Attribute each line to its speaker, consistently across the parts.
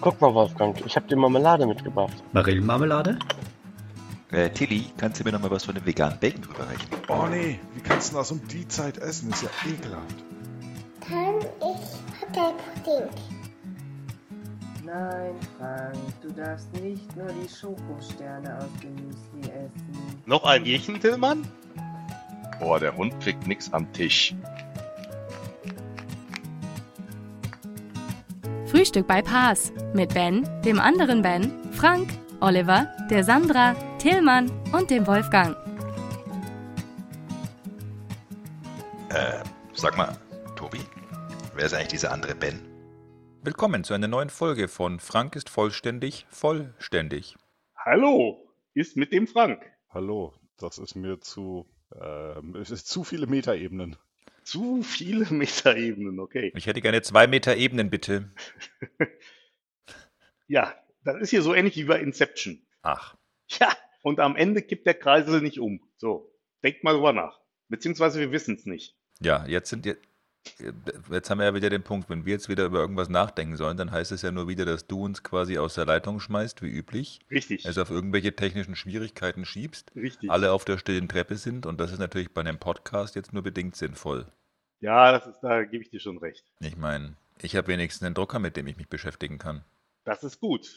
Speaker 1: Guck mal, Wolfgang, ich habe dir Marmelade mitgebracht.
Speaker 2: Marillenmarmelade?
Speaker 3: Äh, Tilly, kannst du mir nochmal was von dem veganen Bacon rüberreichen?
Speaker 4: Oh nee, wie kannst du das um die Zeit essen? Ist ja ekelhaft.
Speaker 5: Kann ich Hotelpudding?
Speaker 6: Nein, Frank, du darfst nicht nur die Schokosterne aus Gemüse essen.
Speaker 7: Noch ein Jächen, Tillmann?
Speaker 8: Boah, der Hund kriegt nix am Tisch.
Speaker 9: Frühstück bei Paas mit Ben, dem anderen Ben, Frank, Oliver, der Sandra, Tillmann und dem Wolfgang.
Speaker 3: Äh, sag mal, Tobi, wer ist eigentlich dieser andere Ben?
Speaker 10: Willkommen zu einer neuen Folge von Frank ist vollständig, vollständig.
Speaker 11: Hallo, ist mit dem Frank.
Speaker 4: Hallo, das ist mir zu. ähm, es ist zu viele Metaebenen.
Speaker 11: Zu viele Metaebenen, okay.
Speaker 10: Ich hätte gerne zwei Meter Ebenen, bitte.
Speaker 11: Ja, das ist hier so ähnlich wie bei Inception.
Speaker 10: Ach,
Speaker 11: Ja, und am Ende kippt der Kreisel nicht um. So, denkt mal drüber nach. Beziehungsweise wir wissen es nicht.
Speaker 10: ja, jetzt sind wir. Jetzt haben wir ja wieder den Punkt, wenn wir jetzt wieder über irgendwas nachdenken sollen, dann heißt es ja nur wieder, dass du uns quasi aus der Leitung schmeißt, wie üblich,
Speaker 11: Richtig,
Speaker 10: also auf irgendwelche technischen Schwierigkeiten schiebst,
Speaker 11: richtig.
Speaker 10: alle auf der stillen Treppe sind und das ist natürlich bei einem Podcast jetzt nur bedingt sinnvoll.
Speaker 11: Ja, das ist, da gebe ich dir schon recht.
Speaker 10: Ich meine, ich habe wenigstens einen Drucker, mit dem ich mich beschäftigen kann.
Speaker 11: Das ist gut.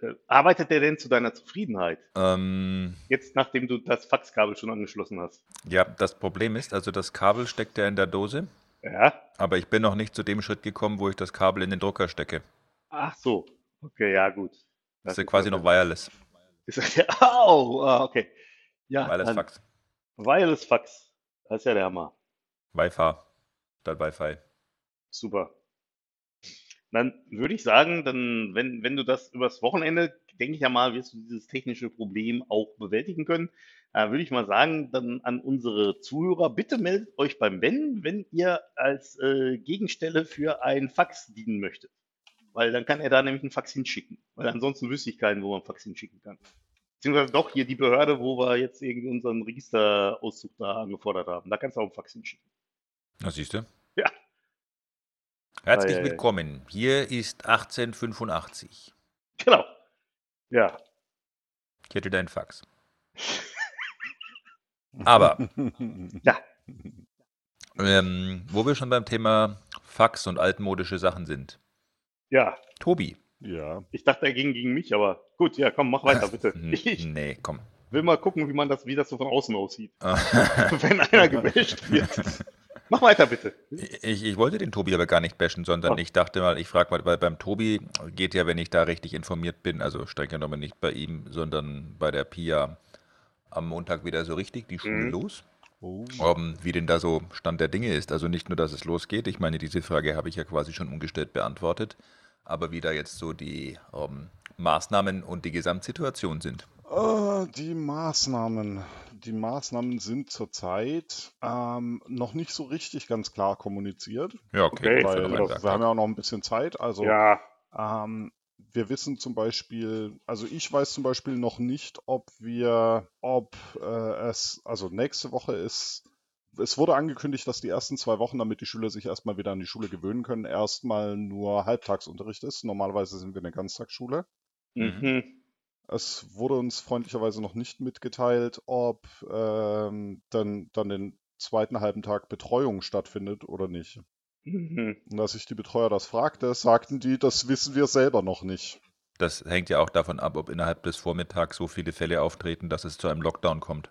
Speaker 11: Äh, Arbeitet der denn zu deiner Zufriedenheit?
Speaker 10: Ähm,
Speaker 11: Jetzt, nachdem du das Faxkabel schon angeschlossen hast.
Speaker 10: ja, das Problem ist, also das Kabel steckt ja in der Dose,
Speaker 11: Ja?
Speaker 10: aber ich bin noch nicht zu dem Schritt gekommen, wo ich das Kabel in den Drucker stecke.
Speaker 11: Ach so. Okay, ja, gut.
Speaker 10: Das ist ja quasi noch wireless.
Speaker 11: Ist, ja, au, ah, okay. Ja,
Speaker 10: Wireless
Speaker 11: dann-
Speaker 10: Fax.
Speaker 11: Wireless Fax. Das ist ja der Hammer.
Speaker 10: Wi-Fi. Statt Wi-Fi.
Speaker 11: Super. Dann würde ich sagen, dann, wenn, wenn du das übers Wochenende, denke ich ja mal, wirst du dieses technische Problem auch bewältigen können. Äh, würde ich mal sagen, dann an unsere Zuhörer, bitte meldet euch beim Ben, wenn ihr als äh, Gegenstelle für ein Fax dienen möchtet. Weil dann kann er da nämlich ein Fax hinschicken. Weil ansonsten wüsste ich keinen, wo man ein Fax hinschicken kann. Beziehungsweise doch hier die Behörde, wo wir jetzt irgendwie unseren Registerauszug da angefordert haben. Da kannst du auch ein Fax hinschicken.
Speaker 10: Na, siehst du?
Speaker 11: Ja.
Speaker 10: Herzlich
Speaker 11: Ei, ei, ei.
Speaker 10: willkommen. Hier ist 1885.
Speaker 11: Genau. Ja.
Speaker 10: Ich hätte deinen Fax. Aber
Speaker 11: Ja.
Speaker 10: ähm, wo wir schon beim Thema Fax und altmodische Sachen sind.
Speaker 11: Ja.
Speaker 10: Tobi.
Speaker 4: Ja,
Speaker 11: Ich dachte, er ging gegen mich, aber gut, ja, komm, mach weiter, bitte.
Speaker 10: Hm,
Speaker 11: Ich
Speaker 10: Nee, komm.
Speaker 11: will mal gucken, wie man das, wie das so von außen aussieht, wenn einer gebasht wird. Mach weiter, bitte.
Speaker 10: Ich, ich wollte den Tobi aber gar nicht bashen, sondern
Speaker 11: Ah.
Speaker 10: ich dachte mal, ich frage mal, weil beim Tobi geht ja, wenn ich da richtig informiert bin, also streng genommen nicht bei ihm, sondern bei der Pia am Montag wieder so richtig die Schule
Speaker 11: Mhm.
Speaker 10: los.
Speaker 4: Oh.
Speaker 10: Ähm, wie denn da so Stand der Dinge ist. Also nicht nur, dass es losgeht, ich meine, diese Frage habe ich ja quasi schon umgestellt beantwortet, aber wie da jetzt so die ähm, Maßnahmen und die Gesamtsituation sind.
Speaker 4: Äh, die Maßnahmen. Die Maßnahmen sind zurzeit ähm, noch nicht so richtig ganz klar kommuniziert,
Speaker 10: Ja,
Speaker 11: Okay.
Speaker 10: okay. das ist ja
Speaker 4: weil
Speaker 10: noch ein
Speaker 4: wir
Speaker 10: Werktag.
Speaker 4: haben ja auch noch ein bisschen Zeit. Also
Speaker 11: Ja,
Speaker 4: Ähm, wir wissen zum Beispiel, also ich weiß zum Beispiel noch nicht, ob wir, ob äh, es, also nächste Woche ist, es wurde angekündigt, dass die ersten zwei Wochen, damit die Schüler sich erstmal wieder an die Schule gewöhnen können, erstmal nur Halbtagsunterricht ist. Normalerweise sind wir eine Ganztagsschule.
Speaker 11: mhm.
Speaker 4: Es wurde uns freundlicherweise noch nicht mitgeteilt, ob ähm, dann, dann den zweiten halben Tag Betreuung stattfindet oder nicht.
Speaker 11: Mhm.
Speaker 4: Und als ich die Betreuer das fragte, sagten die, das wissen wir selber noch nicht.
Speaker 10: Das hängt ja auch davon ab, ob innerhalb des Vormittags so viele Fälle auftreten, dass es zu einem Lockdown kommt.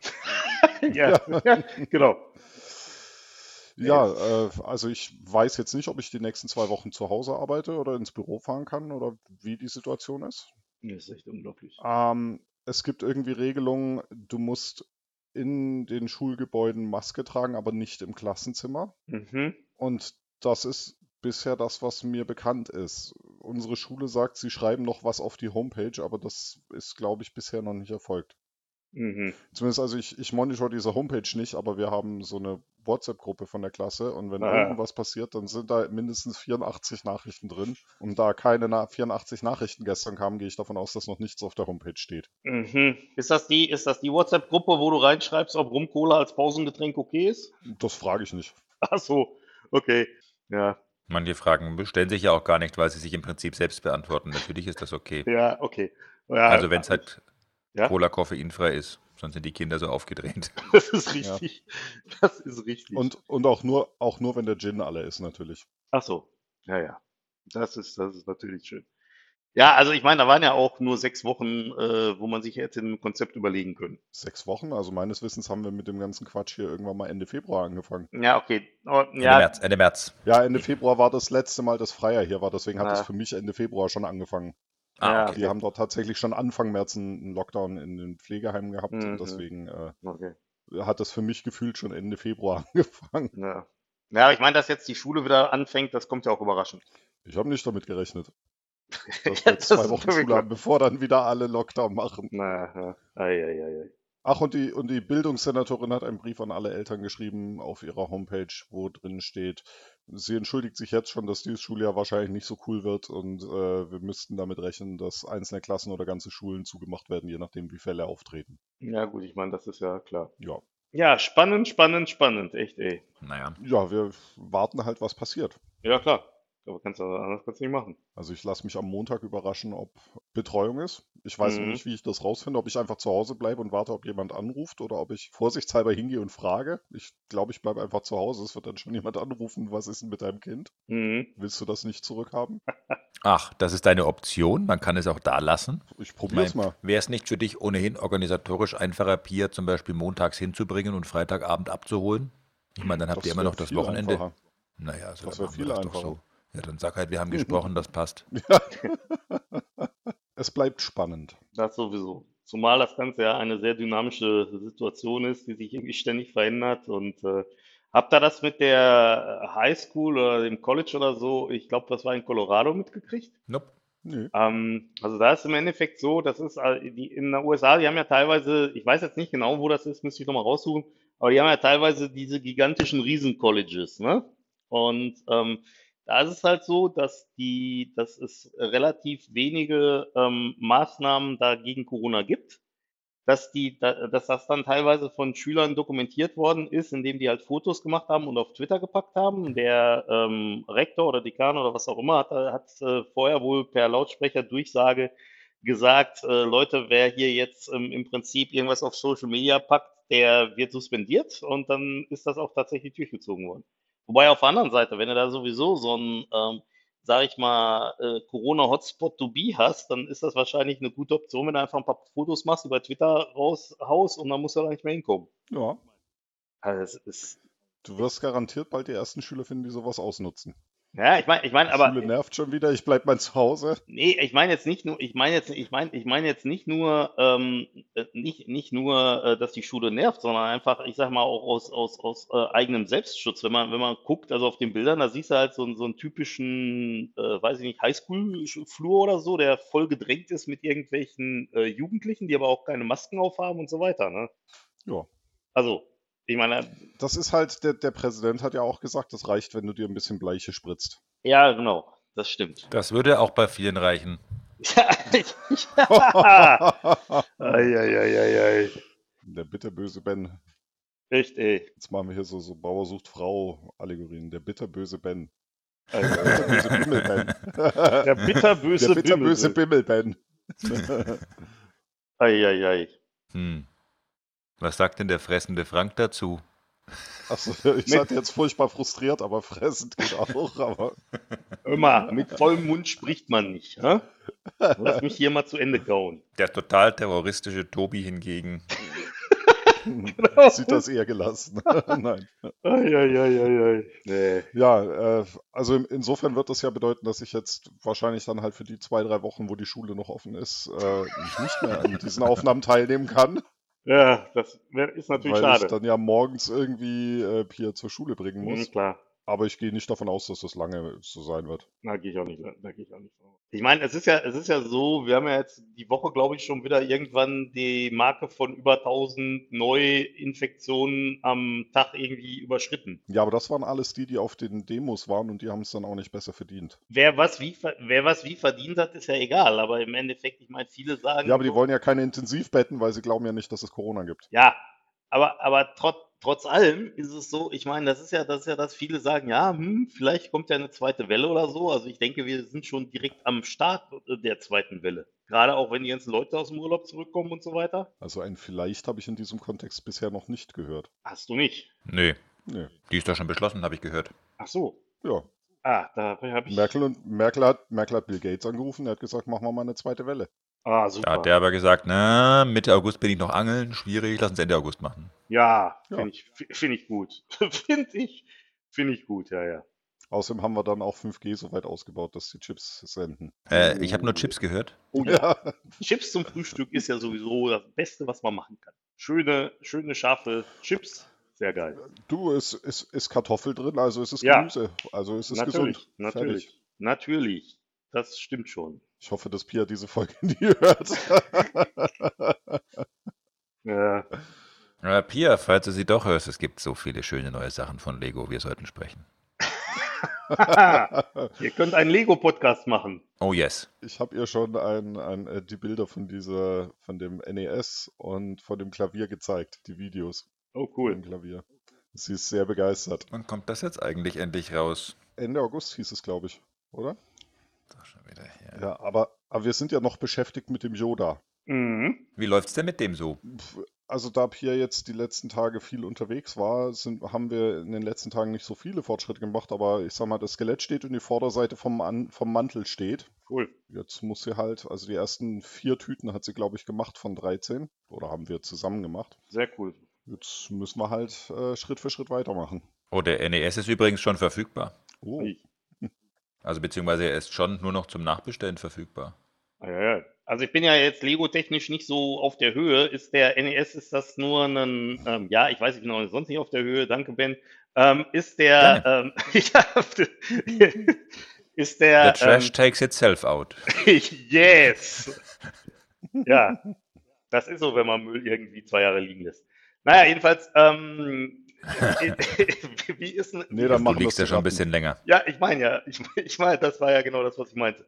Speaker 11: Ja, ja, genau.
Speaker 4: Ja, äh, also ich weiß jetzt nicht, ob ich die nächsten zwei Wochen zu Hause arbeite oder ins Büro fahren kann oder wie die Situation ist.
Speaker 11: Das ist echt unglaublich.
Speaker 4: Ähm, es gibt irgendwie Regelungen, du musst in den Schulgebäuden Maske tragen, aber nicht im Klassenzimmer.
Speaker 11: Mhm.
Speaker 4: Und das ist bisher das, was mir bekannt ist. Unsere Schule sagt, sie schreiben noch was auf die Homepage, aber das ist, glaube ich, bisher noch nicht erfolgt.
Speaker 11: Mhm.
Speaker 4: Zumindest, also ich, ich monitor diese Homepage nicht, aber wir haben so eine WhatsApp-Gruppe von der Klasse und wenn
Speaker 11: Ah.
Speaker 4: irgendwas passiert, dann sind da mindestens 84 Nachrichten drin. Und da keine Na 84 Nachrichten gestern kamen, gehe ich davon aus, dass noch nichts auf der Homepage steht.
Speaker 11: Mhm. Ist das die, ist das die WhatsApp-Gruppe, wo du reinschreibst, ob Rum-Cola als Pausengetränk okay ist?
Speaker 4: Das frage ich nicht.
Speaker 11: Ach so, okay. Ja,
Speaker 10: Manche Fragen stellen sich ja auch gar nicht, weil sie sich im Prinzip selbst beantworten. Natürlich ist das okay.
Speaker 11: Ja, okay. Ja,
Speaker 10: Also wenn es halt
Speaker 11: Ja?
Speaker 10: Cola koffeinfrei ist, sonst sind die Kinder so aufgedreht.
Speaker 11: Das ist richtig. Das ist richtig.
Speaker 4: Und, und auch, nur, auch nur, wenn der Gin alle ist, natürlich.
Speaker 11: Ach so, ja, ja. Das ist, das ist natürlich schön. Ja, also ich meine, da waren ja auch nur sechs Wochen, äh, wo man sich hätte ein Konzept überlegen können.
Speaker 4: Sechs Wochen, also meines Wissens haben wir mit dem ganzen Quatsch hier irgendwann mal Ende Februar angefangen.
Speaker 11: Ja, okay. Aber,
Speaker 10: Ende
Speaker 11: ja,
Speaker 10: März, Ende März.
Speaker 4: Ja, Ende Februar war das letzte Mal, dass Freier hier war, deswegen hat
Speaker 11: Ah.
Speaker 4: das für mich Ende Februar schon angefangen.
Speaker 10: Ah,
Speaker 11: Ja.
Speaker 10: okay.
Speaker 4: Die haben dort tatsächlich schon Anfang März einen einen Lockdown in den Pflegeheimen gehabt
Speaker 11: Mhm.
Speaker 4: und deswegen äh,
Speaker 11: okay.
Speaker 4: hat das für mich gefühlt schon Ende Februar angefangen.
Speaker 11: Ja. Ja, aber ich meine, dass jetzt die Schule wieder anfängt, das kommt ja auch überraschend.
Speaker 4: Ich habe nicht damit gerechnet, dass
Speaker 11: Ja,
Speaker 4: wir jetzt zwei
Speaker 11: das ist
Speaker 4: Wochen
Speaker 11: wirklich
Speaker 4: Schule haben, bevor dann wieder alle Lockdown machen.
Speaker 11: Na, ja. Ei, ei, ei, ei.
Speaker 4: Ach, und die, und die Bildungssenatorin hat einen Brief an alle Eltern geschrieben auf ihrer Homepage, wo drin steht, sie entschuldigt sich jetzt schon, dass dieses Schuljahr wahrscheinlich nicht so cool wird und äh, wir müssten damit rechnen, dass einzelne Klassen oder ganze Schulen zugemacht werden, je nachdem, wie Fälle auftreten.
Speaker 11: Ja, gut, ich meine, das ist ja klar.
Speaker 4: Ja,
Speaker 11: Ja, spannend, spannend, spannend. Echt, ey.
Speaker 10: Naja.
Speaker 4: ja wir warten halt, was passiert.
Speaker 11: Ja, klar. Aber kannst du anders kannst du nicht machen.
Speaker 4: Also ich lasse mich am Montag überraschen, ob Betreuung ist. Ich weiß noch
Speaker 11: Mhm.
Speaker 4: nicht, wie ich das rausfinde, ob ich einfach zu Hause bleibe und warte, ob jemand anruft oder ob ich vorsichtshalber hingehe und frage. Ich glaube, ich bleibe einfach zu Hause. Es wird dann schon jemand anrufen, was ist denn mit deinem Kind?
Speaker 11: Mhm.
Speaker 4: Willst du das nicht zurückhaben?
Speaker 10: Ach, das ist deine Option. Man kann es auch da lassen.
Speaker 4: Ich probier's mal.
Speaker 10: Wäre es nicht für dich ohnehin organisatorisch einfacher, Pia zum Beispiel montags hinzubringen und Freitagabend abzuholen? Ich meine, dann habt ihr immer
Speaker 4: wär
Speaker 10: noch das
Speaker 4: viel
Speaker 10: Wochenende.
Speaker 4: einfacher.
Speaker 10: Naja, also
Speaker 4: Das
Speaker 10: dann
Speaker 4: wär
Speaker 10: machen wir
Speaker 4: viel
Speaker 10: das doch so.
Speaker 4: einfacher.
Speaker 10: Ja, dann sag halt, wir haben gesprochen, das passt.
Speaker 4: Es bleibt spannend.
Speaker 11: Das sowieso. Zumal das Ganze ja eine sehr dynamische Situation ist, die sich irgendwie ständig verändert. Und äh, habt ihr das mit der Highschool oder dem College oder so, ich glaube, das war in Colorado mitgekriegt?
Speaker 10: Nope.
Speaker 4: Nö.
Speaker 11: Ähm, also da ist im Endeffekt so, das ist äh, die in den USA, die haben ja teilweise, ich weiß jetzt nicht genau, wo das ist, müsste ich nochmal raussuchen, aber die haben ja teilweise diese gigantischen Riesen-Colleges, ne? Und ähm, da ist es halt so, dass die, dass es relativ wenige ähm, Maßnahmen da gegen Corona gibt, dass die, da, dass das dann teilweise von Schülern dokumentiert worden ist, indem die halt Fotos gemacht haben und auf Twitter gepackt haben. Der ähm, Rektor oder Dekan oder was auch immer hat, hat äh, vorher wohl per Lautsprecherdurchsage gesagt, äh, Leute, wer hier jetzt ähm, im Prinzip irgendwas auf Social Media packt, der wird suspendiert und dann ist das auch tatsächlich durchgezogen worden. Wobei auf der anderen Seite, wenn du da sowieso so ein, ähm, sag ich mal, äh, Corona-Hotspot to be hast, dann ist das wahrscheinlich eine gute Option, wenn du einfach ein paar Fotos machst, über Twitter raushaust und dann musst du da nicht mehr hinkommen.
Speaker 4: Ja.
Speaker 11: Also es ist,
Speaker 4: Du wirst garantiert bald die ersten Schüler finden, die sowas ausnutzen.
Speaker 11: ja, ich meine, ich meine, aber
Speaker 4: Schule nervt schon wieder, ich bleib mal zu Hause.
Speaker 11: Nee, ich meine jetzt nicht nur, ich meine jetzt, ich meine, ich meine jetzt nicht nur, ähm, äh, nicht, nicht nur, äh, dass die Schule nervt, sondern einfach, ich sag mal, auch aus, aus, aus äh, eigenem Selbstschutz. Wenn man, wenn man guckt, also auf den Bildern, da siehst du halt so, einen- so einen typischen, äh, weiß ich nicht, Highschool-Flur oder so, der voll gedrängt ist mit irgendwelchen äh, Jugendlichen, die aber auch keine Masken aufhaben und so weiter, ne?
Speaker 4: Ja.
Speaker 11: Also, ich meine,
Speaker 4: Das ist halt, der, der Präsident hat ja auch gesagt, das reicht, wenn du dir ein bisschen Bleiche spritzt.
Speaker 11: ja, genau, das stimmt.
Speaker 10: Das würde auch bei vielen reichen.
Speaker 11: Ja, Eieieiei.
Speaker 4: Der bitterböse Ben
Speaker 11: Echt, ey.
Speaker 4: Jetzt machen wir hier so, so Bauer sucht Frau Allegorien. Der bitterböse Ben. Äh,
Speaker 11: Also,
Speaker 4: Der bitterböse Bimmel Ben.
Speaker 11: Der
Speaker 4: Der
Speaker 11: bitterböse
Speaker 4: bitterböse
Speaker 11: Bimmel.
Speaker 4: Bimmel Ben.
Speaker 11: Eieiei.
Speaker 10: Hm. Was sagt denn der fressende Frank dazu?
Speaker 4: Achso, ich hatte jetzt furchtbar frustriert, aber fressend geht auch. Aber
Speaker 11: Immer, mit vollem Mund spricht man nicht. hä? Lass mich hier mal zu Ende kauen.
Speaker 10: Der total terroristische Tobi hingegen.
Speaker 11: Genau.
Speaker 4: sieht das eher gelassen. Nein.
Speaker 11: Eieieiei. Nee.
Speaker 4: Ja, äh, also in- insofern wird das ja bedeuten, dass ich jetzt wahrscheinlich dann halt für die zwei, drei Wochen, wo die Schule noch offen ist, äh, nicht mehr an diesen Aufnahmen teilnehmen kann.
Speaker 11: Ja, das wär- ist natürlich
Speaker 4: Weil ich
Speaker 11: schade.
Speaker 4: dann ja morgens irgendwie äh, Pia zur Schule bringen muss.
Speaker 11: Mhm, klar.
Speaker 4: Aber ich gehe nicht davon aus, dass das lange so sein wird.
Speaker 11: Na, gehe ich auch nicht. Da gehe ich auch nicht. von aus. Ich meine, es ist ja, es ist ja so, wir haben ja jetzt die Woche, glaube ich, schon wieder irgendwann die Marke von über 1000 Neuinfektionen am Tag irgendwie überschritten.
Speaker 4: Ja, aber das waren alles die, die auf den Demos waren und die haben es dann auch nicht besser verdient.
Speaker 11: Wer was wie, ver- wer was wie verdient hat, ist ja egal. Aber im Endeffekt, ich meine, viele sagen,
Speaker 4: Ja, aber die wollen ja keine Intensivbetten, weil sie glauben ja nicht, dass es Corona gibt.
Speaker 11: Ja, aber, aber trot, trotz allem ist es so, ich meine, das ist ja, das ist ja, dass viele sagen, ja, hm, vielleicht kommt ja eine zweite Welle oder so. Also ich denke, wir sind schon direkt am Start äh, der zweiten Welle. Gerade auch wenn die ganzen Leute aus dem Urlaub zurückkommen und so weiter.
Speaker 4: Also ein Vielleicht habe ich in diesem Kontext bisher noch nicht gehört.
Speaker 11: Hast du nicht.
Speaker 10: Nee,
Speaker 4: Nee.
Speaker 10: die ist doch schon beschlossen, habe ich gehört.
Speaker 11: Ach so.
Speaker 4: Ja.
Speaker 11: Ah, da habe ich.
Speaker 4: Merkel, und, Merkel, hat, Merkel hat Bill Gates angerufen, er hat gesagt, machen wir mal eine zweite Welle.
Speaker 11: Ah,
Speaker 10: Da
Speaker 11: super.
Speaker 10: hat der aber gesagt, na, Mitte August bin ich noch angeln, schwierig, lass uns Ende August machen.
Speaker 11: Ja,
Speaker 4: Ja.
Speaker 11: finde ich, find ich gut. finde ich, finde ich gut, ja, ja.
Speaker 4: Außerdem haben wir dann auch 5G so weit ausgebaut, dass die Chips senden.
Speaker 10: Äh, ich habe nur Chips gehört.
Speaker 11: Oh ja.
Speaker 4: Ja.
Speaker 11: Chips zum Frühstück ist ja sowieso das Beste, was man machen kann. Schöne, schöne, scharfe Chips. Sehr geil.
Speaker 4: Du, es ist, ist, Kartoffel drin, also es ist
Speaker 11: Ja.
Speaker 4: Gemüse. Also es ist
Speaker 11: Natürlich,
Speaker 4: gesund.
Speaker 11: natürlich,
Speaker 4: Fertig.
Speaker 11: natürlich. Das stimmt schon.
Speaker 4: Ich hoffe, dass Pia diese Folge nie hört.
Speaker 11: Ja,
Speaker 10: Äh, Pia, falls du sie doch hörst, es gibt so viele schöne neue Sachen von Lego, wir sollten sprechen.
Speaker 11: ihr könnt einen Lego-Podcast machen.
Speaker 10: Oh yes.
Speaker 4: Ich habe ihr schon ein, ein, äh, die Bilder von dieser, von dem NES und von dem Klavier gezeigt, die Videos
Speaker 11: Oh,
Speaker 4: vom
Speaker 11: cool.
Speaker 4: Klavier. Sie ist sehr begeistert.
Speaker 10: Wann kommt das jetzt eigentlich endlich raus?
Speaker 4: Ende August hieß es, glaube ich, oder?
Speaker 10: Doch schon wieder her.
Speaker 4: Ja, aber, aber wir sind ja noch beschäftigt mit dem Yoda.
Speaker 11: Mhm.
Speaker 10: Wie läuft's denn mit dem so?
Speaker 4: Pf, Also da Pierre jetzt die letzten Tage viel unterwegs war, sind, haben wir in den letzten Tagen nicht so viele Fortschritte gemacht, aber ich sag mal, das Skelett steht und die Vorderseite vom, An vom Mantel steht.
Speaker 11: Cool.
Speaker 4: Jetzt muss sie halt, also die ersten vier Tüten hat sie, glaube ich, gemacht von 13. Oder haben wir zusammen gemacht.
Speaker 11: Sehr cool.
Speaker 4: Jetzt müssen wir halt äh, Schritt für Schritt weitermachen.
Speaker 10: Oh, der NES ist übrigens schon verfügbar.
Speaker 4: Oh,
Speaker 11: Ui.
Speaker 10: Also beziehungsweise er ist schon nur noch zum Nachbestellen verfügbar.
Speaker 11: Ah, ja, ja. Also ich bin ja jetzt Lego-technisch nicht so auf der Höhe. Ist der NES, ist das nur ein, ähm, ja, ich weiß nicht genau, sonst nicht auf der Höhe, danke Ben. Ähm, ist der, ähm, ja, ist
Speaker 10: The
Speaker 11: der,
Speaker 10: trash
Speaker 11: ähm,
Speaker 10: takes itself out.
Speaker 11: yes. Ja, das ist so, wenn man Müll irgendwie zwei Jahre liegen lässt. Naja, jedenfalls, ähm, wie ist denn,
Speaker 4: nee, dann
Speaker 10: Du
Speaker 4: machen wir
Speaker 10: liegst ja
Speaker 4: es
Speaker 10: schon ein bisschen länger.
Speaker 11: ja, ich meine ja, ich, ich meine, das war ja genau das, was ich meinte.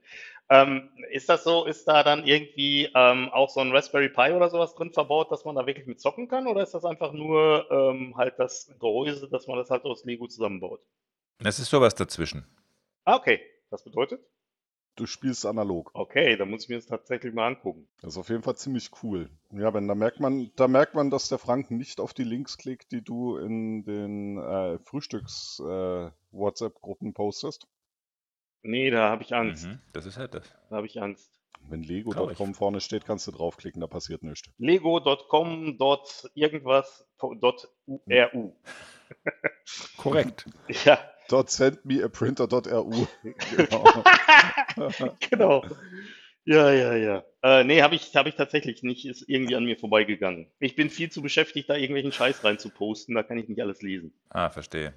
Speaker 11: Ähm, ist das so, ist da dann irgendwie ähm, auch so ein Raspberry Pi oder sowas drin verbaut, dass man da wirklich mit zocken kann? Oder ist das einfach nur ähm, halt das Gehäuse, dass man das halt aus Lego zusammenbaut?
Speaker 10: Es ist sowas dazwischen.
Speaker 11: Ah, okay. Das bedeutet?
Speaker 4: Du spielst analog.
Speaker 11: Okay, dann muss ich mir das tatsächlich mal angucken.
Speaker 4: Das ist auf jeden Fall ziemlich cool. Ja, wenn da merkt man, da merkt man, dass der Frank nicht auf die Links klickt, die du in den äh, Frühstücks äh, WhatsApp-Gruppen postest.
Speaker 11: Nee, da habe ich Angst.
Speaker 10: Mhm, das ist halt das.
Speaker 11: Da habe ich Angst.
Speaker 4: Wenn
Speaker 10: Glaub
Speaker 4: Lego.com vorne steht, kannst du draufklicken, da passiert nichts.
Speaker 11: Lego.com dot irgendwas po- dot
Speaker 10: Hm.
Speaker 11: URU.
Speaker 10: Korrekt.
Speaker 11: Ja,
Speaker 4: Dort send me a printer.ru. Genau.
Speaker 11: genau. Ja, ja, ja. Äh, nee, habe ich, hab ich tatsächlich nicht. Ist irgendwie an mir vorbeigegangen. Ich bin viel zu beschäftigt, da irgendwelchen Scheiß rein zu posten. Da kann ich nicht alles lesen.
Speaker 10: Ah, verstehe.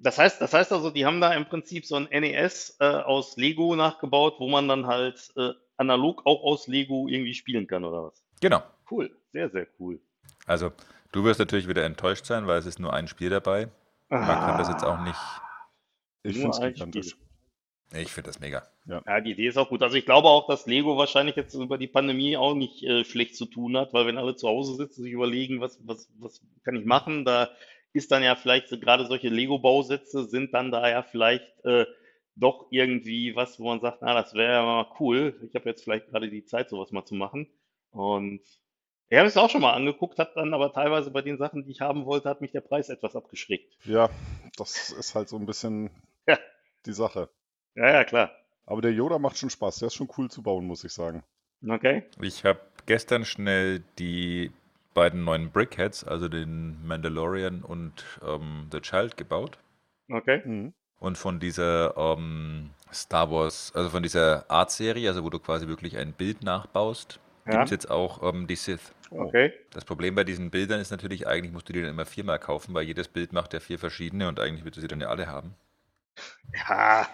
Speaker 11: Das heißt, das heißt also, die haben da im Prinzip so ein NES äh, aus Lego nachgebaut, wo man dann halt äh, analog auch aus Lego irgendwie spielen kann oder was.
Speaker 10: Genau.
Speaker 11: Cool, sehr, sehr cool.
Speaker 10: Also, du wirst natürlich wieder enttäuscht sein, weil es ist nur ein Spiel dabei. Man kann das jetzt
Speaker 11: Ah.
Speaker 10: auch nicht.
Speaker 4: Ich
Speaker 11: Nur
Speaker 4: finde es
Speaker 11: ein
Speaker 4: gigantisch.
Speaker 11: Spiel.
Speaker 10: Ich finde das mega.
Speaker 11: Ja, die Idee ist auch gut. Also ich glaube auch, dass Lego wahrscheinlich jetzt über die Pandemie auch nicht äh, schlecht zu tun hat, weil wenn alle zu Hause sitzen, sich überlegen, was, was, was kann ich machen, da ist dann ja vielleicht so, gerade solche Lego-Bausätze sind dann da ja vielleicht äh, doch irgendwie was, wo man sagt, na, das wäre ja mal cool. Ich habe jetzt vielleicht gerade die Zeit, sowas mal zu machen. Und ich habe es auch schon mal angeguckt, hat dann aber teilweise bei den Sachen, die ich haben wollte, hat mich der Preis etwas abgeschreckt.
Speaker 4: Ja, das ist halt so ein bisschen
Speaker 11: Ja.
Speaker 4: die Sache.
Speaker 11: Ja, ja, klar.
Speaker 4: Aber der Yoda macht schon Spaß. Der ist schon cool zu bauen, muss ich sagen.
Speaker 11: Okay.
Speaker 10: Ich habe gestern schnell die beiden neuen Brickheads, also den Mandalorian und ähm, The Child, gebaut.
Speaker 11: Okay.
Speaker 4: Mhm.
Speaker 10: Und von dieser ähm, Star Wars, also von dieser Art-Serie, also wo du quasi wirklich ein Bild nachbaust, gibt's
Speaker 11: Ja.
Speaker 10: gibt es jetzt auch ähm, die Sith.
Speaker 4: Oh.
Speaker 11: Okay.
Speaker 10: Das Problem bei diesen Bildern ist natürlich, eigentlich musst du die dann immer viermal kaufen, weil jedes Bild macht ja vier verschiedene und eigentlich willst du sie dann ja alle haben.
Speaker 11: Ja,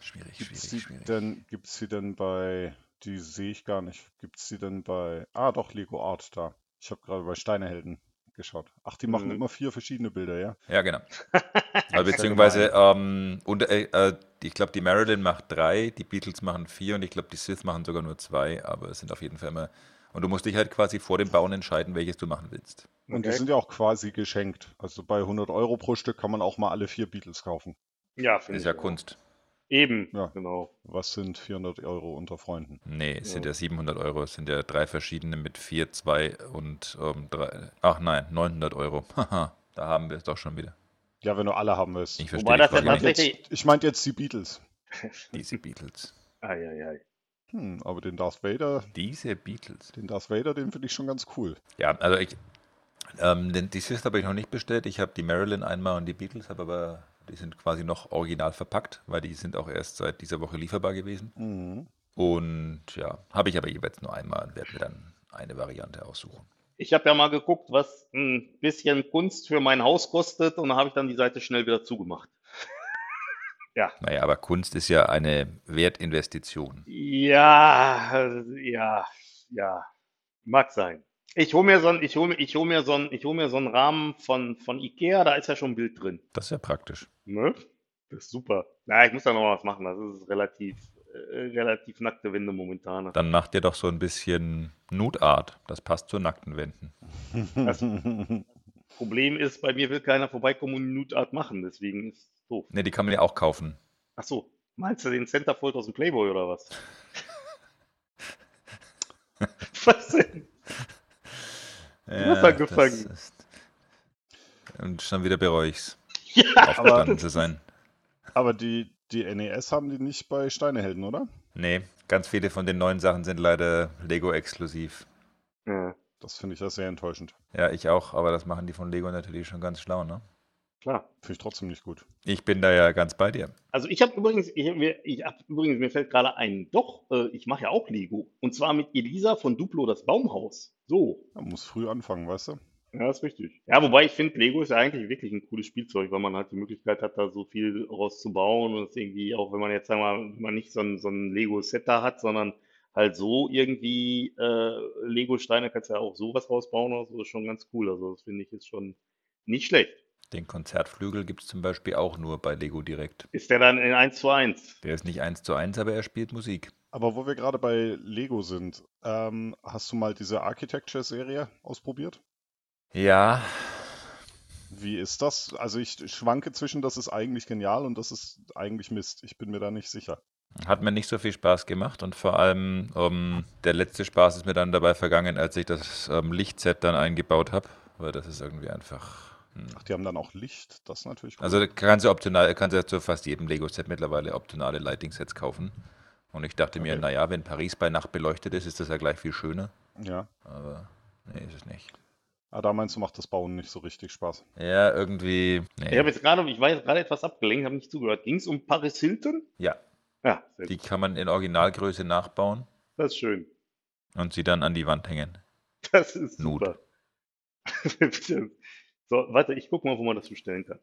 Speaker 10: Schwierig,
Speaker 4: Gibt's
Speaker 10: schwierig,
Speaker 4: die
Speaker 10: schwierig.
Speaker 4: denn, gibt's die denn bei, die sehe ich gar nicht. Gibt's die denn bei, ah doch, Lego Art da. Ich habe gerade bei Steinehelden geschaut. Ach, die machen
Speaker 11: Mhm.
Speaker 4: immer vier verschiedene Bilder, ja?
Speaker 10: Ja, genau. Aber beziehungsweise, ähm, und, äh, äh, ich glaube, die Marilyn macht drei, die Beatles machen vier und ich glaube, die Sith machen sogar nur zwei, aber es sind auf jeden Fall immer. Und du musst dich halt quasi vor dem Bauen entscheiden, welches du machen willst.
Speaker 4: Und die sind ja auch quasi geschenkt. Also bei 100 Euro pro Stück kann man auch mal alle vier Beatles kaufen.
Speaker 11: Ja, finde
Speaker 10: Das
Speaker 11: ich.
Speaker 10: ist ja
Speaker 11: auch.
Speaker 10: Kunst.
Speaker 11: Eben,
Speaker 4: Ja.
Speaker 11: genau.
Speaker 4: Was sind 400 Euro unter Freunden?
Speaker 10: Nee, es sind
Speaker 11: Ja.
Speaker 10: ja 700 Euro. Es sind ja drei verschiedene mit 4, 2 und ähm, 3. Ach nein, 900 Euro. Haha, da haben wir es doch schon wieder.
Speaker 4: Ja, wenn du alle haben willst.
Speaker 10: Ich
Speaker 4: Ich,
Speaker 10: verstehe
Speaker 11: Wobei
Speaker 10: die
Speaker 11: das ja
Speaker 10: Frage nicht.
Speaker 4: meinte
Speaker 11: tatsächlich-
Speaker 4: jetzt, ich meinte jetzt die Beatles.
Speaker 10: Diese Beatles.
Speaker 11: Eieiei.
Speaker 4: Hm, aber den Darth Vader,
Speaker 10: Diese Beatles.
Speaker 4: den Darth Vader, den finde ich schon ganz cool.
Speaker 10: Ja, also ich, ähm, den, die Sister habe ich noch nicht bestellt. Ich habe die Marilyn einmal und die Beatles, habe aber die sind quasi noch original verpackt, weil die sind auch erst seit dieser Woche lieferbar gewesen.
Speaker 4: Mhm.
Speaker 10: Und ja, habe ich aber jeweils nur einmal und werde mir dann eine Variante aussuchen.
Speaker 11: Ich habe ja mal geguckt, was ein bisschen Kunst für mein Haus kostet und da habe ich dann die Seite schnell wieder zugemacht.
Speaker 10: Naja, aber Kunst ist ja eine Wertinvestition.
Speaker 11: Ja, ja, ja. Mag sein. Ich hole mir so einen, ich hol, mir- ich hol mir so einen, ich hol mir so einen Rahmen von, von Ikea, da ist ja schon ein Bild drin.
Speaker 10: Das ist ja praktisch.
Speaker 11: Ne? Das ist super. Na, ich muss da noch was machen. Das ist relativ, äh, relativ nackte Wände momentan.
Speaker 10: Dann macht ihr doch so ein bisschen Nude Art. Das passt zu nackten Wänden.
Speaker 11: Problem ist, bei mir will keiner vorbeikommen und eine Nutart machen, deswegen ist es doof.
Speaker 10: Ne, die kann man ja auch kaufen.
Speaker 11: Ach so, meinst du den Centerfold aus dem Playboy oder was? was denn? bist da
Speaker 10: das
Speaker 11: gefangen.
Speaker 10: ist- Und schon wieder bereue ich's,
Speaker 11: Ja,
Speaker 10: aufgestanden zu sein.
Speaker 4: aber die, die NES haben die nicht bei Steinehelden, oder?
Speaker 10: Nee, ganz viele von den neuen Sachen sind leider Lego-exklusiv.
Speaker 11: ja
Speaker 4: Das finde ich ja sehr enttäuschend.
Speaker 10: Ja, ich auch, aber das machen die von Lego natürlich schon ganz schlau, ne?
Speaker 11: klar.
Speaker 4: Finde ich trotzdem nicht gut.
Speaker 10: Ich bin da ja ganz bei dir.
Speaker 11: Also ich habe übrigens, ich, hab mir- ich hab, übrigens, mir fällt gerade ein, doch, äh, ich mache ja auch Lego. Und zwar mit Elisa von Duplo das Baumhaus. So.
Speaker 4: Man muss früh anfangen, weißt du?
Speaker 11: Ja, ist richtig. Ja, wobei ich finde, Lego ist ja eigentlich wirklich ein cooles Spielzeug, weil man halt die Möglichkeit hat, da so viel rauszubauen und es irgendwie, auch wenn man jetzt, sagen wir mal, wenn man nicht so ein, so ein Lego-Set da hat, sondern halt so irgendwie äh, Lego-Steine, kannst du ja auch sowas rausbauen oder so, ist schon ganz cool. Also das finde ich ist schon nicht schlecht.
Speaker 10: Den Konzertflügel gibt's zum Beispiel auch nur bei Lego direkt.
Speaker 11: Ist der dann in 1 zu 1?
Speaker 10: Der ist nicht eins zu eins, aber er spielt Musik.
Speaker 4: Aber wo wir gerade bei Lego sind, ähm, hast du mal diese Architecture-Serie ausprobiert?
Speaker 10: Ja,
Speaker 4: Wie ist das? Also ich schwanke zwischen, das ist eigentlich genial und das ist eigentlich Mist. Ich bin mir da nicht sicher.
Speaker 10: Hat mir nicht so viel Spaß gemacht und vor allem ähm, der letzte Spaß ist mir dann dabei vergangen, als ich das ähm, Lichtset dann eingebaut habe, weil das ist irgendwie einfach. hm.
Speaker 4: Ach, die haben dann auch Licht, das ist natürlich cool.
Speaker 10: Also da kannst du optional, kannst du zu fast jedem Lego-Set mittlerweile optionale Lighting-Sets kaufen. Und ich dachte mir,
Speaker 4: Okay.
Speaker 10: naja, wenn Paris bei Nacht beleuchtet ist, ist das ja gleich viel schöner.
Speaker 4: ja.
Speaker 10: Aber nee, ist es nicht.
Speaker 4: Ah, da meinst du, macht das Bauen nicht so richtig Spaß.
Speaker 10: Ja, irgendwie.
Speaker 11: Ich habe
Speaker 10: Nee.
Speaker 11: jetzt gerade, ich war jetzt gerade etwas abgelenkt, habe nicht zugehört. Ging es um Paris Hilton?
Speaker 10: Ja,
Speaker 11: Ja, sehr
Speaker 10: die
Speaker 11: gut.
Speaker 10: kann man in Originalgröße nachbauen
Speaker 11: das ist schön.
Speaker 10: und sie dann an die Wand hängen.
Speaker 11: Das ist
Speaker 10: Not.
Speaker 11: super. Stimmt. So, warte, ich gucke mal, wo man das bestellen kann.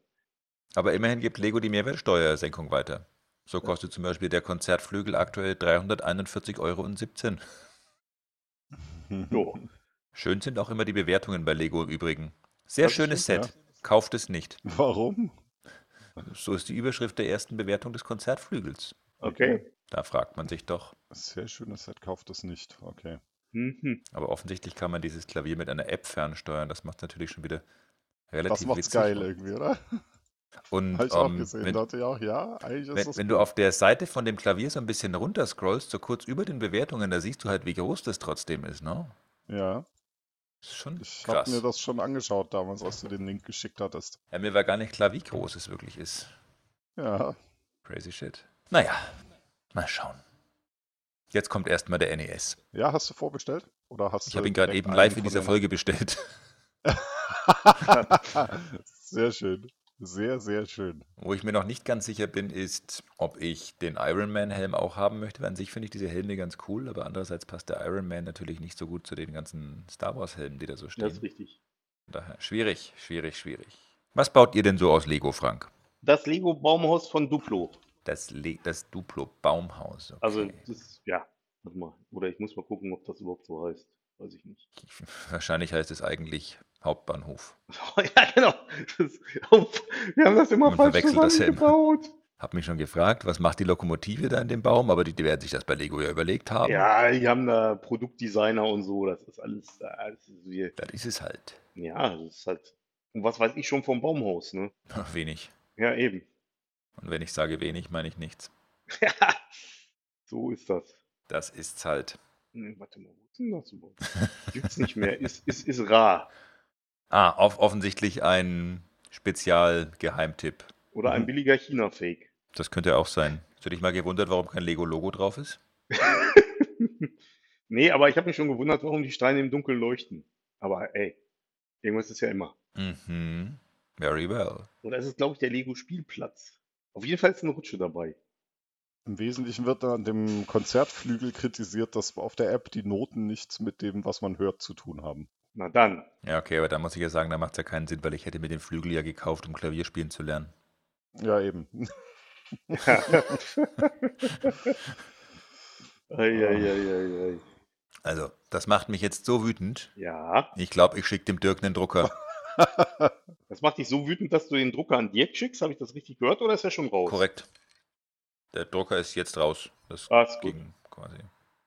Speaker 10: Aber immerhin gibt Lego die Mehrwertsteuersenkung weiter. So kostet zum Beispiel der Konzertflügel aktuell 341,17 Euro.
Speaker 11: Jo.
Speaker 10: Schön sind auch immer die Bewertungen bei Lego im Übrigen. Sehr
Speaker 4: Das
Speaker 10: schönes
Speaker 4: stimmt,
Speaker 10: Set. Kauft es nicht.
Speaker 4: Warum?
Speaker 10: So ist die Überschrift der ersten Bewertung des Konzertflügels.
Speaker 11: Okay.
Speaker 10: Da fragt man sich doch.
Speaker 4: Sehr schönes Set, kauft es nicht. Okay.
Speaker 11: Mhm.
Speaker 10: Aber offensichtlich kann man dieses Klavier mit einer App fernsteuern. Das macht natürlich schon wieder relativ
Speaker 4: Das macht's
Speaker 10: witzig. ne?
Speaker 4: geil irgendwie, oder?
Speaker 10: Und
Speaker 4: Habe ich auch
Speaker 10: ähm,
Speaker 4: gesehen.
Speaker 10: wenn,
Speaker 4: dachte ich auch, ja, eigentlich ist
Speaker 10: Wenn,
Speaker 4: das
Speaker 10: wenn du auf der Seite von dem Klavier so ein bisschen runterscrollst, so kurz über den Bewertungen, da siehst du halt, wie groß das trotzdem ist, ne?
Speaker 4: Ja,
Speaker 10: Das ist schon
Speaker 4: ich habe
Speaker 10: krass.
Speaker 4: mir
Speaker 10: Mir,
Speaker 4: das schon angeschaut damals, als du den Link geschickt hattest.
Speaker 10: ja, mir war gar nicht klar, wie groß es wirklich ist.
Speaker 4: Ja,
Speaker 10: Crazy shit. Naja, mal schauen. Jetzt kommt erstmal der NES.
Speaker 4: ja, hast du vorbestellt? Oder hast
Speaker 10: Ich
Speaker 4: du
Speaker 10: habe ihn gerade
Speaker 4: direkt
Speaker 10: eben
Speaker 4: einen
Speaker 10: live
Speaker 4: von
Speaker 10: in dieser
Speaker 4: den-
Speaker 10: Folge bestellt.
Speaker 4: sehr schön. Sehr, sehr schön.
Speaker 10: Wo ich mir noch nicht ganz sicher bin, ist, ob ich den Iron Man Helm auch haben möchte. Weil an sich finde ich diese Helme ganz cool, aber andererseits passt der Iron Man natürlich nicht so gut zu den ganzen Star Wars Helmen, die da so stehen.
Speaker 11: Das ist richtig.
Speaker 10: Daher schwierig, schwierig, schwierig. Was baut ihr denn so aus Lego, Frank?
Speaker 11: Das Lego Baumhaus von Duplo.
Speaker 10: Das, Le das Duplo Baumhaus. Okay.
Speaker 11: Also, das, ja, warte mal. Oder ich muss mal gucken, ob das überhaupt so heißt. Weiß ich nicht.
Speaker 10: Wahrscheinlich heißt es eigentlich Hauptbahnhof.
Speaker 11: ja, genau. Das, oh, wir haben das immer
Speaker 10: Man
Speaker 11: falsch
Speaker 10: verwechselt das ja immer.
Speaker 11: zusammengebaut.
Speaker 10: Hab mich schon gefragt, was macht die Lokomotive da in dem Baum? Aber die, die werden sich das bei Lego ja überlegt haben.
Speaker 11: Ja, die haben da Produktdesigner und so, das ist alles, äh, alles wie,
Speaker 10: Das ist es halt.
Speaker 11: ja, das ist halt, und was weiß ich schon vom Baumhaus, ne?
Speaker 10: Wenig.
Speaker 11: Ja, eben.
Speaker 10: Und wenn ich sage wenig, meine ich nichts.
Speaker 11: so ist das.
Speaker 10: Das ist's halt.
Speaker 11: Nee, warte mal, wo ist denn das überhaupt? Gibt's nicht mehr, ist, ist, ist rar.
Speaker 10: Ah, off offensichtlich ein Spezialgeheimtipp.
Speaker 11: Oder ein billiger China-Fake.
Speaker 10: Das könnte auch sein. Hast du dich mal gewundert, warum kein Lego-Logo drauf ist?
Speaker 11: nee, aber ich habe mich schon gewundert, warum die Steine im Dunkeln leuchten. Aber ey, irgendwas ist ja immer.
Speaker 10: Mhm. Very well.
Speaker 11: Oder es ist, glaube ich, der Lego-Spielplatz. Auf jeden Fall ist eine Rutsche dabei.
Speaker 4: Im Wesentlichen wird da an dem Konzertflügel kritisiert, dass auf der App die Noten nichts mit dem, was man hört, zu tun haben.
Speaker 11: Na dann.
Speaker 10: Ja, okay, aber da muss ich ja sagen, da macht es ja keinen Sinn, weil ich hätte mir den Flügel ja gekauft, um Klavier spielen zu lernen.
Speaker 4: Ja, eben.
Speaker 11: Ah. Eieieiei.
Speaker 10: Also, das macht mich jetzt so wütend.
Speaker 11: Ja,
Speaker 10: Ich glaube, ich schicke dem Dirk einen Drucker.
Speaker 11: das macht dich so wütend, dass du den Drucker an Dirk schickst. Habe ich das richtig gehört oder ist er schon raus?
Speaker 10: Korrekt. Der Drucker ist jetzt raus. Das
Speaker 11: Ah, ist gut.
Speaker 10: ging quasi.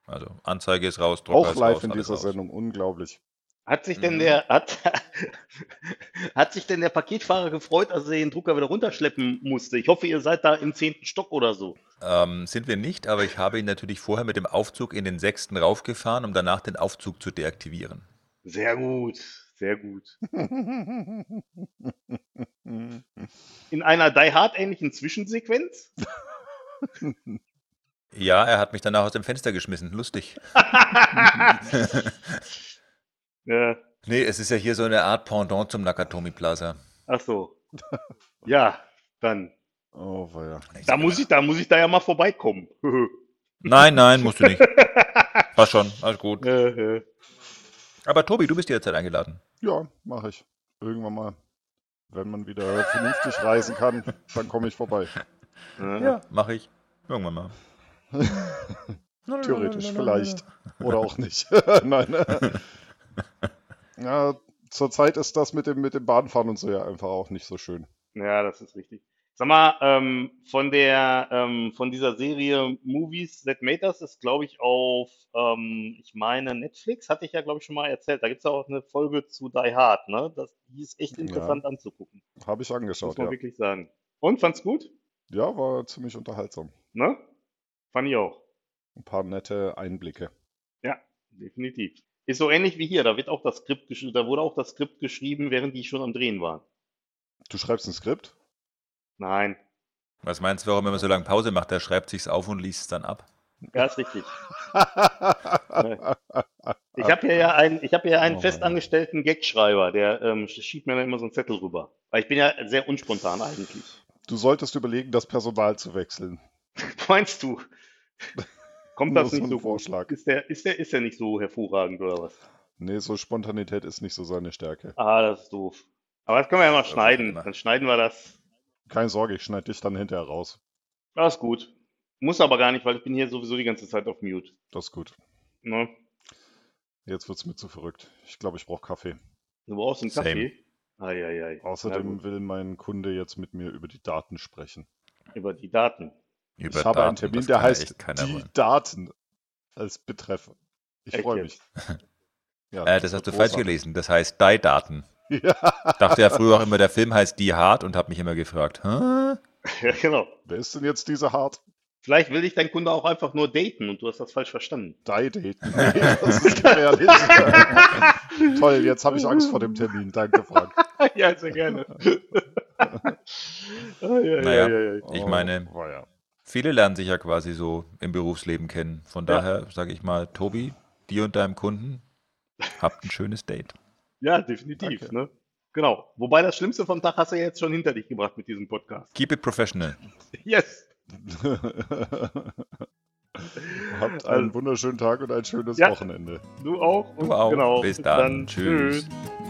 Speaker 10: Also, Anzeige ist raus, Drucker
Speaker 4: Auch
Speaker 10: ist
Speaker 4: live
Speaker 10: raus.
Speaker 4: in
Speaker 10: alles
Speaker 4: dieser
Speaker 10: raus.
Speaker 4: Sendung, unglaublich.
Speaker 11: Hat sich denn
Speaker 10: Mhm.
Speaker 11: der hat, hat sich denn der Paketfahrer gefreut, als er den Drucker wieder runterschleppen musste? Ich hoffe, ihr seid da im zehnten Stock oder so.
Speaker 10: Ähm, sind wir nicht, aber ich habe ihn natürlich vorher mit dem Aufzug in den sechsten raufgefahren, um danach den Aufzug zu deaktivieren.
Speaker 11: Sehr gut, sehr gut. In einer Die Hard ähnlichen Zwischensequenz?
Speaker 10: Ja, er hat mich danach aus dem Fenster geschmissen. Lustig.
Speaker 11: ja,
Speaker 10: Nee, es ist ja hier so eine Art Pendant zum Nakatomi Plaza.
Speaker 11: ach so. Ja, dann.
Speaker 4: Oh, weia.
Speaker 11: Da muss ich, da muss ich da ja mal vorbeikommen.
Speaker 10: Nein, nein, musst du nicht. War schon, alles gut.
Speaker 11: Äh, äh.
Speaker 10: Aber Tobi, du bist jederzeit eingeladen.
Speaker 4: Ja, mache ich. Irgendwann mal. Wenn man wieder vernünftig reisen kann, dann komme ich vorbei.
Speaker 11: ja.
Speaker 10: Mach ich. Irgendwann mal.
Speaker 4: Theoretisch vielleicht. Oder auch nicht. Nein. Ja, zurzeit ist das mit dem, mit dem Bahnfahren und so ja einfach auch nicht so schön.
Speaker 11: Ja, das ist richtig. Sag mal, ähm, von der, ähm, von dieser Serie Movies That Made Us ist, glaube ich, auf, ähm, ich meine, Netflix, hatte ich ja, glaube ich, schon mal erzählt. Da gibt es ja auch eine Folge zu Die Hard, ne? Das, die ist echt
Speaker 4: Ja.
Speaker 11: interessant anzugucken,
Speaker 4: Habe ich
Speaker 11: muss
Speaker 4: angeschaut,
Speaker 11: man
Speaker 4: ja.
Speaker 11: wirklich sagen. Und, fand's gut?
Speaker 4: Ja, war ziemlich unterhaltsam.
Speaker 11: Ne? Fand ich auch.
Speaker 4: Ein paar nette Einblicke.
Speaker 11: Definitiv. Ist so ähnlich wie hier, da wird auch das Skript gesch- da wurde auch das Skript geschrieben, während die schon am Drehen waren.
Speaker 4: Du schreibst ein Skript?
Speaker 11: Nein,
Speaker 10: Was meinst du, warum immer so lange Pause macht? Der schreibt sich's auf und liest es dann ab.
Speaker 11: ja, ist richtig. Ich habe hier ja einen, ich habe hier einen
Speaker 4: Oh,
Speaker 11: festangestellten Gagschreiber, der ähm, sch- schiebt mir dann immer so einen Zettel rüber. Weil ich bin ja sehr unspontan eigentlich.
Speaker 4: Du solltest überlegen, das Personal zu wechseln.
Speaker 11: Meinst du? Kommt
Speaker 4: Nur
Speaker 11: das nicht
Speaker 4: so
Speaker 11: so
Speaker 4: ein Vorschlag.
Speaker 11: Ist der, ist der, ist der nicht so hervorragend oder was?
Speaker 4: Nee, so Spontanität ist nicht so seine Stärke.
Speaker 11: Ah, das ist doof. Aber das können wir ja mal
Speaker 10: Ja,
Speaker 11: schneiden.
Speaker 10: immer.
Speaker 11: Dann schneiden wir das.
Speaker 4: Keine Sorge, ich schneide dich dann hinterher raus.
Speaker 11: Das ist gut. Muss aber gar nicht, weil ich bin hier sowieso die ganze Zeit auf Mute.
Speaker 4: Das ist gut.
Speaker 11: Ne?
Speaker 4: Jetzt wird's mir zu verrückt. Ich glaube, ich brauche Kaffee.
Speaker 11: Du brauchst einen
Speaker 10: Same.
Speaker 11: Kaffee. Eieiei. Na
Speaker 4: Außerdem
Speaker 11: gut.
Speaker 4: will mein Kunde jetzt mit mir über die Daten sprechen.
Speaker 11: über die Daten.
Speaker 10: Über
Speaker 4: ich habe
Speaker 10: Daten,
Speaker 4: einen Termin,
Speaker 10: das
Speaker 4: der
Speaker 10: kann ja
Speaker 4: heißt
Speaker 10: echt keiner
Speaker 4: die
Speaker 10: wollen.
Speaker 4: Daten als Betreff. Ich
Speaker 11: Echt
Speaker 4: freue mich.
Speaker 11: jetzt?
Speaker 4: Ja,
Speaker 10: Äh, das hast du
Speaker 4: wird
Speaker 10: falsch
Speaker 4: großartig.
Speaker 10: gelesen. Das heißt Die Daten. Dachte ja früher auch immer, der Film heißt Die Hard und habe mich immer gefragt. Hä?
Speaker 11: Ja, genau.
Speaker 4: Wer ist denn jetzt diese Hard
Speaker 11: Vielleicht will dich dein Kunde auch einfach nur daten und du hast das falsch verstanden.
Speaker 4: Die Date? Nee, das ist gefährlich. Toll, jetzt habe ich Angst vor dem Termin. Danke, Frank.
Speaker 11: Ja, sehr gerne.
Speaker 10: Naja,
Speaker 11: Naja.
Speaker 10: Ich meine-
Speaker 4: Oh, ja.
Speaker 10: Viele lernen sich ja quasi so im Berufsleben kennen. Von
Speaker 11: Ja.
Speaker 10: daher sage ich mal, Tobi, dir und deinem Kunden, habt ein schönes Date.
Speaker 11: Ja, definitiv.
Speaker 4: Danke.
Speaker 11: Ne? Genau. Wobei das Schlimmste vom Tag hast du ja jetzt schon hinter dich gebracht mit diesem Podcast.
Speaker 10: Keep it professional.
Speaker 11: Yes.
Speaker 4: Habt
Speaker 10: Also
Speaker 4: einen wunderschönen Tag und ein schönes
Speaker 11: Ja.
Speaker 4: Wochenende.
Speaker 11: Also, Du auch. Und
Speaker 10: Du auch.
Speaker 11: Genau.
Speaker 10: Bis dann. Tschüss.
Speaker 11: Tschüss.